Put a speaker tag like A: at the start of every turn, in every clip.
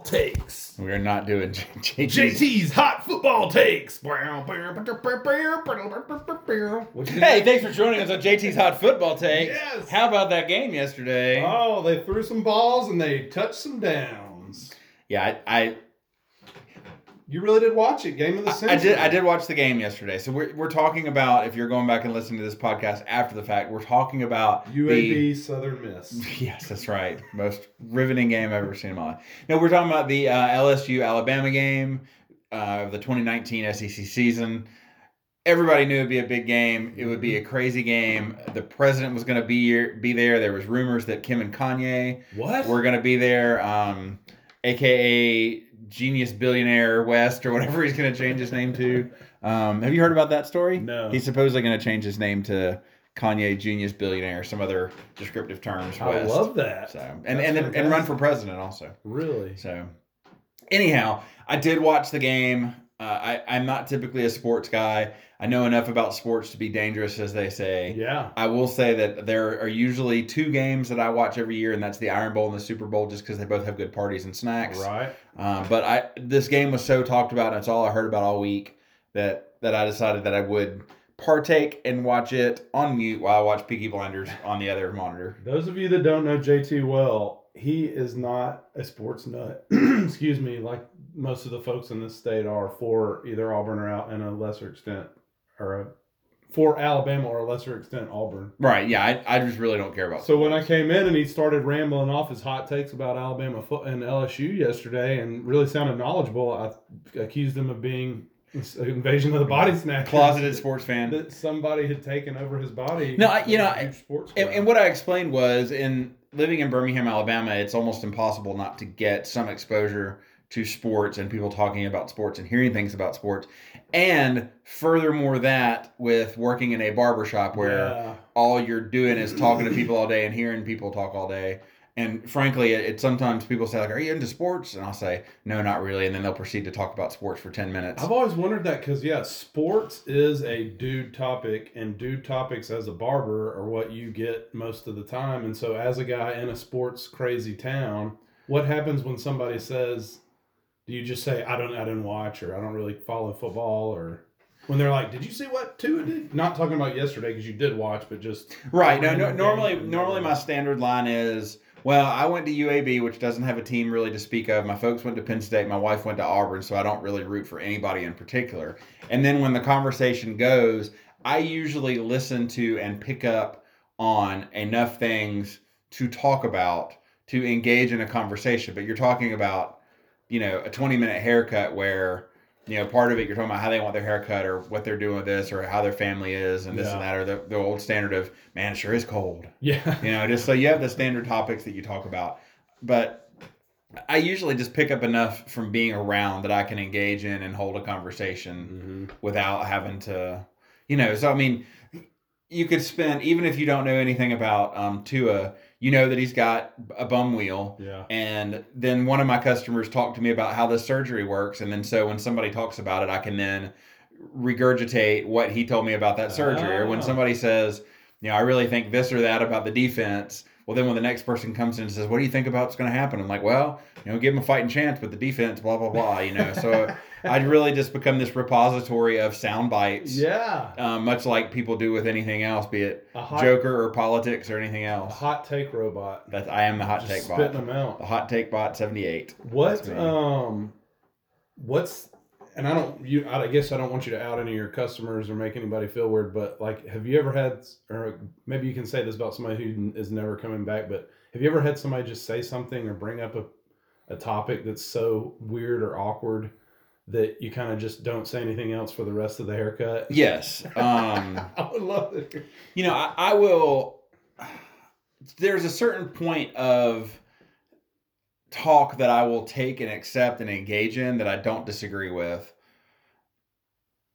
A: takes.
B: We are not doing J- JT's.
A: JT's hot football takes. What you
B: Hey,
A: think?
B: thanks for joining us on JT's Hot Football Take.
A: Yes.
B: How about that game yesterday?
A: Oh, they threw some balls and they touched some downs.
B: yeah, I, I
A: You really did watch it, game of the
B: I- I
A: century.
B: did. I did watch the game yesterday. So we're, we're talking about if you're going back and listening to this podcast after the fact, we're talking about the-
A: UAB Southern Miss.
B: yes, that's right. Most riveting game I've ever seen in my life. No, we're talking about the uh, LSU Alabama game uh, of the 2019 SEC season. Everybody knew it'd be a big game. It would be a crazy game. The president was going to be here, be there. There was rumors that Kim and Kanye
A: What?
B: were going to be there, um, aka genius billionaire West or whatever he's going to change his name to. Um, have you heard about that story?
A: No.
B: He's supposedly going to change his name to Kanye Genius Billionaire, some other descriptive terms.
A: I
B: West.
A: love that.
B: So and
A: That's
B: and, and run
A: fantastic.
B: for president also.
A: Really?
B: So anyhow, I did watch the game. Uh, I I'm not typically a sports guy. I know enough about sports to be dangerous, as they say.
A: Yeah.
B: I will say that there are usually two games that I watch every year, and that's the Iron Bowl and the Super Bowl, just because they both have good parties and snacks.
A: Right.
B: Um, but I this game was so talked about, and it's all I heard about all week that that I decided that I would partake and watch it on mute while I watch Peaky Blinders on the other monitor.
A: Those of you that don't know JT well, he is not a sports nut. Excuse me, like most of the folks in this state are for either Auburn or out in a lesser extent, or a, for Alabama or a lesser extent Auburn.
B: Right? Yeah, I, I just really don't care about.
A: So when I came in and he started rambling off his hot takes about Alabama foot and LSU yesterday, and really sounded knowledgeable, I accused him of being an invasion of the body snatcher.
B: closeted sports fan.
A: that somebody had taken over his body.
B: No, I- you know,
A: Huge
B: I-
A: sports
B: And,
A: guy.
B: and what I explained was in living in Birmingham, Alabama, it's almost impossible not to get some exposure to sports and people talking about sports and hearing things about sports. And furthermore, that with working in a barber shop where
A: Yeah.
B: all you're doing is talking to people all day and hearing people talk all day. And frankly, it, it sometimes people say like, "Are you into sports?" And I'll say, "No, not really." And then they'll proceed to talk about sports for ten minutes.
A: I've always wondered that because yeah, sports is a dude topic, and dude topics as a barber are what you get most of the time. And so, as a guy in a sports crazy town, what happens when somebody says, "Do you just say I don't, I didn't watch, or I don't really follow football, or?" When they're like, "Did you see what Tua did?" Not talking about yesterday because you did watch, but just
B: Right. No, no. Normally, normally my standard line is, "Well, I went to UAB, which doesn't have a team really to speak of. My folks went to Penn State. My wife went to Auburn, so I don't really root for anybody in particular." And then when the conversation goes, I usually listen to and pick up on enough things to talk about to engage in a conversation. But you're talking about, you know, a 20 minute haircut where. You know, part of it you're talking about how they want their haircut or what they're doing with this or how their family is and this
A: Yeah.
B: and that or the, the old standard of man, it sure is cold.
A: yeah,
B: You know, just so you have the standard topics that you talk about. But I usually just pick up enough from being around that I can engage in and hold a conversation without having to, you know. So, I mean, you could spend, even if you don't know anything about um, Tua, you know that he's got a bum wheel.
A: yeah,
B: And then one of my customers talked to me about how this surgery works. And then so when somebody talks about it, I can then regurgitate what he told me about that surgery. Or when
A: Ah.
B: somebody says, you know, I really think this or that about the defense. Well, then when the next person comes in and says, what do you think about what's going to happen? I'm like, well, you know, give them a fighting chance with the defense, blah, blah, blah, you know. So I'd really just become this repository of sound bites.
A: yeah.
B: Um, much like people do with anything else, be it
A: A hot,
B: Joker or politics or anything
A: a
B: else.
A: hot take robot.
B: That's I am the hot
A: Just
B: take
A: spitting
B: bot.
A: them out.
B: The hot take bot seventy eight.
A: What
B: That's me.
A: um, what's and I don't you I guess I don't want you to out any of your customers or make anybody feel weird, but like, have you ever had or maybe you can say this about somebody who n- is never coming back, but have you ever had somebody just say something or bring up a a topic that's so weird or awkward that you kind of just don't say anything else for the rest of the haircut?
B: Yes. Um,
A: I would love it.
B: you know, I, I will. There's a certain point of talk that I will take and accept and engage in that I don't disagree with.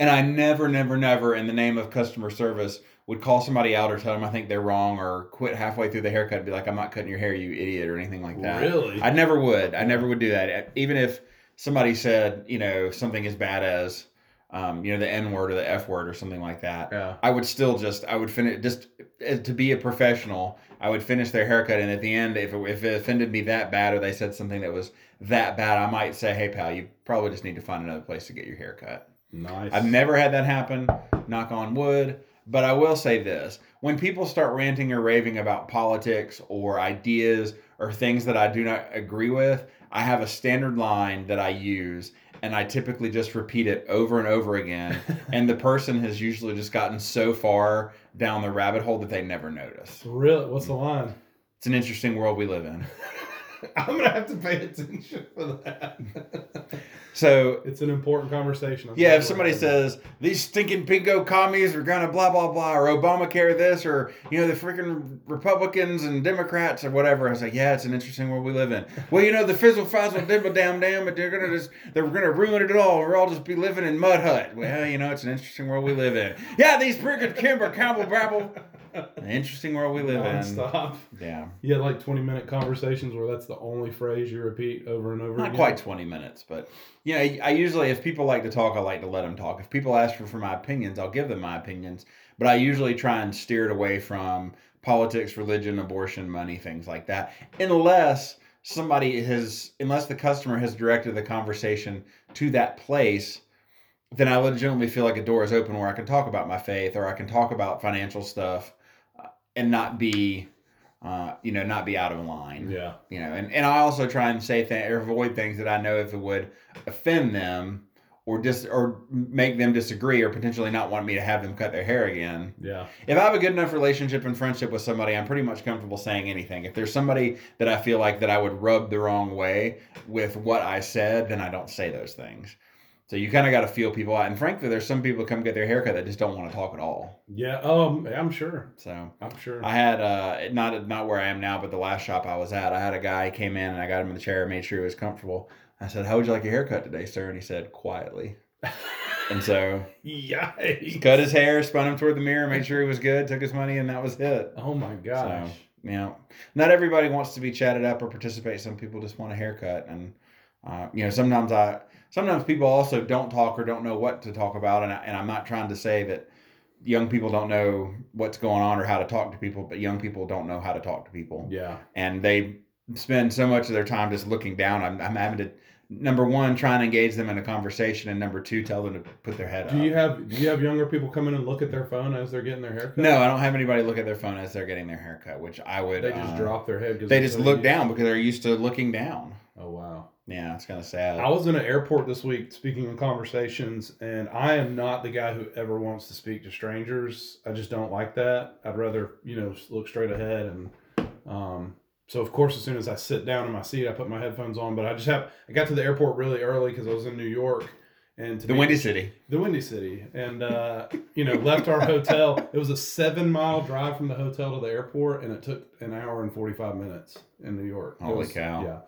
B: And I never, never, never, in the name of customer service, would call somebody out or tell them I think they're wrong or quit halfway through the haircut and be like, I'm not cutting your hair, you idiot, or anything like that.
A: Really?
B: I never E, would. I never would do that. Even if somebody said, you know, something as bad as, um, you know, the N word or the F word or something like that.
A: Yeah.
B: I would still just I would finish just uh, to be a professional. I would finish their haircut, and at the end, if it, if it offended me that bad, or they said something that was that bad, I might say, "Hey, pal, you probably just need to find another place to get your haircut."
A: Nice.
B: I've never had that happen. Knock on wood. But I will say this: when people start ranting or raving about politics or ideas or things that I do not agree with, I have a standard line that I use, and I typically just repeat it over and over again. and the person has usually just gotten so far down the rabbit hole that they never notice.
A: Really? What's the line?
B: It's an interesting world we live in.
A: I'm gonna have to pay attention for that.
B: So
A: it's an important conversation. I'm
B: Yeah,
A: glad
B: if
A: we're
B: somebody
A: having it.
B: says these stinking pinko commies are gonna blah blah blah, or Obamacare this, or you know the freaking Republicans and Democrats or whatever, I say, yeah, it's an interesting world we live in. Well, you know the fizzle fizzle dimple dam dam, but they're gonna just they're gonna ruin it all. We're all just be living in mud hut. Well, you know it's an interesting world we live in. Yeah, these freaking Kimber Campbell Brabble, an interesting world we live in.
A: nonstop,
B: Yeah,
A: you had like 20 minute conversations where that's the only phrase you repeat over and over.
B: not
A: again.
B: quite twenty minutes, but you know I, I usually if people like to talk, I like to let them talk. If people ask for, for my opinions, I'll give them my opinions. but I usually try and steer it away from politics, religion, abortion, money, things like that, unless somebody has, unless the customer has directed the conversation to that place. Then I legitimately feel like a door is open where I can talk about my faith or I can talk about financial stuff, uh, and not be, uh, you know, not be out of line
A: Yeah.
B: you know, and, and I also try and say th- or avoid things that I know if it would offend them or dis or make them disagree or potentially not want me to have them cut their hair again.
A: Yeah.
B: If I have a good enough relationship and friendship with somebody, I'm pretty much comfortable saying anything. If there's somebody that I feel like that I would rub the wrong way with what I said, then I don't say those things. So you kind of got to feel people out. And frankly, there's some people come get their haircut that just don't want to talk at all.
A: Yeah. Um, I'm sure.
B: So
A: I'm sure.
B: I had uh not not where I am now, but the last shop I was at, I had a guy came in and I got him in the chair, made sure he was comfortable. I said, "How would you like your haircut today, sir?" And he said, "Quietly." And so he
A: Yikes.
B: cut his hair, spun him toward the mirror, made sure he was good, took his money, and that was it.
A: Oh my gosh.
B: You know, not everybody wants to be chatted up or participate. Some people just want a haircut, and uh, you know, sometimes I sometimes people also don't talk or don't know what to talk about, and I, and I'm not trying to say that young people don't know what's going on or how to talk to people, but young people don't know how to talk to people,
A: Yeah.
B: and they spend so much of their time just looking down. I'm, I'm having to number one try and engage them in a conversation, and number two tell them to put their head
A: Do
B: up.
A: you have do you have younger people come in and look at their phone as they're getting their haircut?
B: no, I don't have anybody look at their phone as they're getting their haircut, which I would.
A: They just
B: um,
A: drop their head. 'cause
B: They
A: they're
B: just
A: so
B: look
A: used-
B: down because they're used to looking down.
A: Oh wow.
B: Yeah, it's kind of sad.
A: I was in an airport this week speaking in conversations, and I am not the guy who ever wants to speak to strangers. I just don't like that. I'd rather, you know, just look straight ahead. And um, so, of course, as soon as I sit down in my seat, I put my headphones on. But I just have, I got to the airport really early because I was in New York. And to
B: the
A: be-
B: Windy City.
A: the Windy City, and uh, you know, left our hotel. It was a seven mile drive from the hotel to the airport, and it took an hour and forty five minutes in New York. It
B: Holy
A: was-
B: cow.
A: Yeah.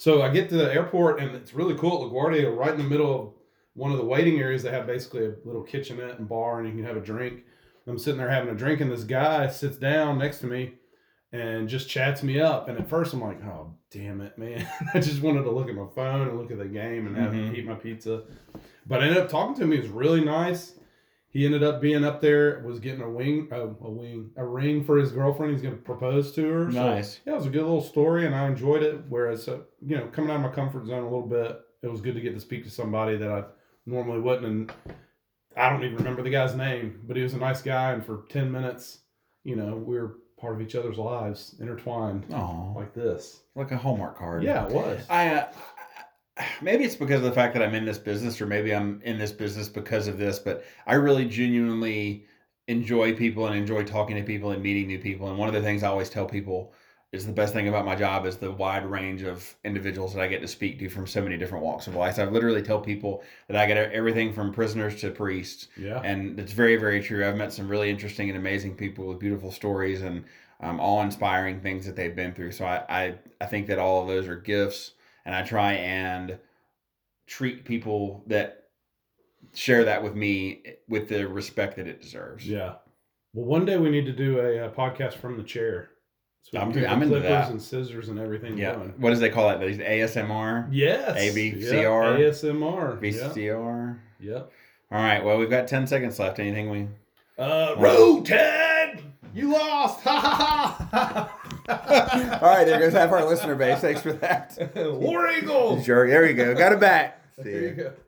A: So I get to the airport, and it's really cool at LaGuardia, right in the middle of one of the waiting areas. They have basically a little kitchenette and bar, and you can have a drink. I'm sitting there having a drink, and this guy sits down next to me and just chats me up. And at first, I'm like, oh, damn it, man. I just wanted to look at my phone and look at the game and have,
B: Mhm.
A: eat my pizza. But I ended up talking to him. He was really nice. He ended up being up there, was getting a wing, uh, a wing, a ring for his girlfriend. He's going to propose to her. So,
B: Nice.
A: yeah, it was a good little story, and I enjoyed it. Whereas, uh, you know, coming out of my comfort zone a little bit, it was good to get to speak to somebody that I normally wouldn't. And I don't even remember the guy's name, but he was a nice guy, and for ten minutes, you know, we were part of each other's lives, intertwined
B: Oh,
A: like this.
B: like a Hallmark card.
A: Yeah, it was.
B: I uh, maybe it's because of the fact that I'm in this business, or maybe I'm in this business because of this. But I really genuinely enjoy people and enjoy talking to people and meeting new people. And one of the things I always tell people is the best thing about my job is the wide range of individuals that I get to speak to from so many different walks of life. So I literally tell people that I get everything from prisoners to priests
A: yeah,
B: and it's very very true i've met some really interesting and amazing people with beautiful stories and um, all inspiring things that they've been through so I, I i think that all of those are gifts and i try and treat people that share that with me with the respect that it deserves
A: yeah. Well, one day we need to do a, uh podcast from the chair. So we
B: I'm-
A: can get
B: I'm into
A: clippers
B: that.
A: and scissors and everything.
B: yeah
A: Going.
B: what does they call that these asmr
A: Yes.
B: ABCR.
A: Yep. ASMR. Yep.
B: vcr
A: Yep.
B: All right. Well, we've got ten seconds left. Anything we?
C: Uh, road Ted, you lost. Ha ha ha.
B: All right. There goes half our listener base. Thanks for that.
C: War Eagle.
B: Sure. There we go. Got it back. See
C: There you
B: ya.
C: go.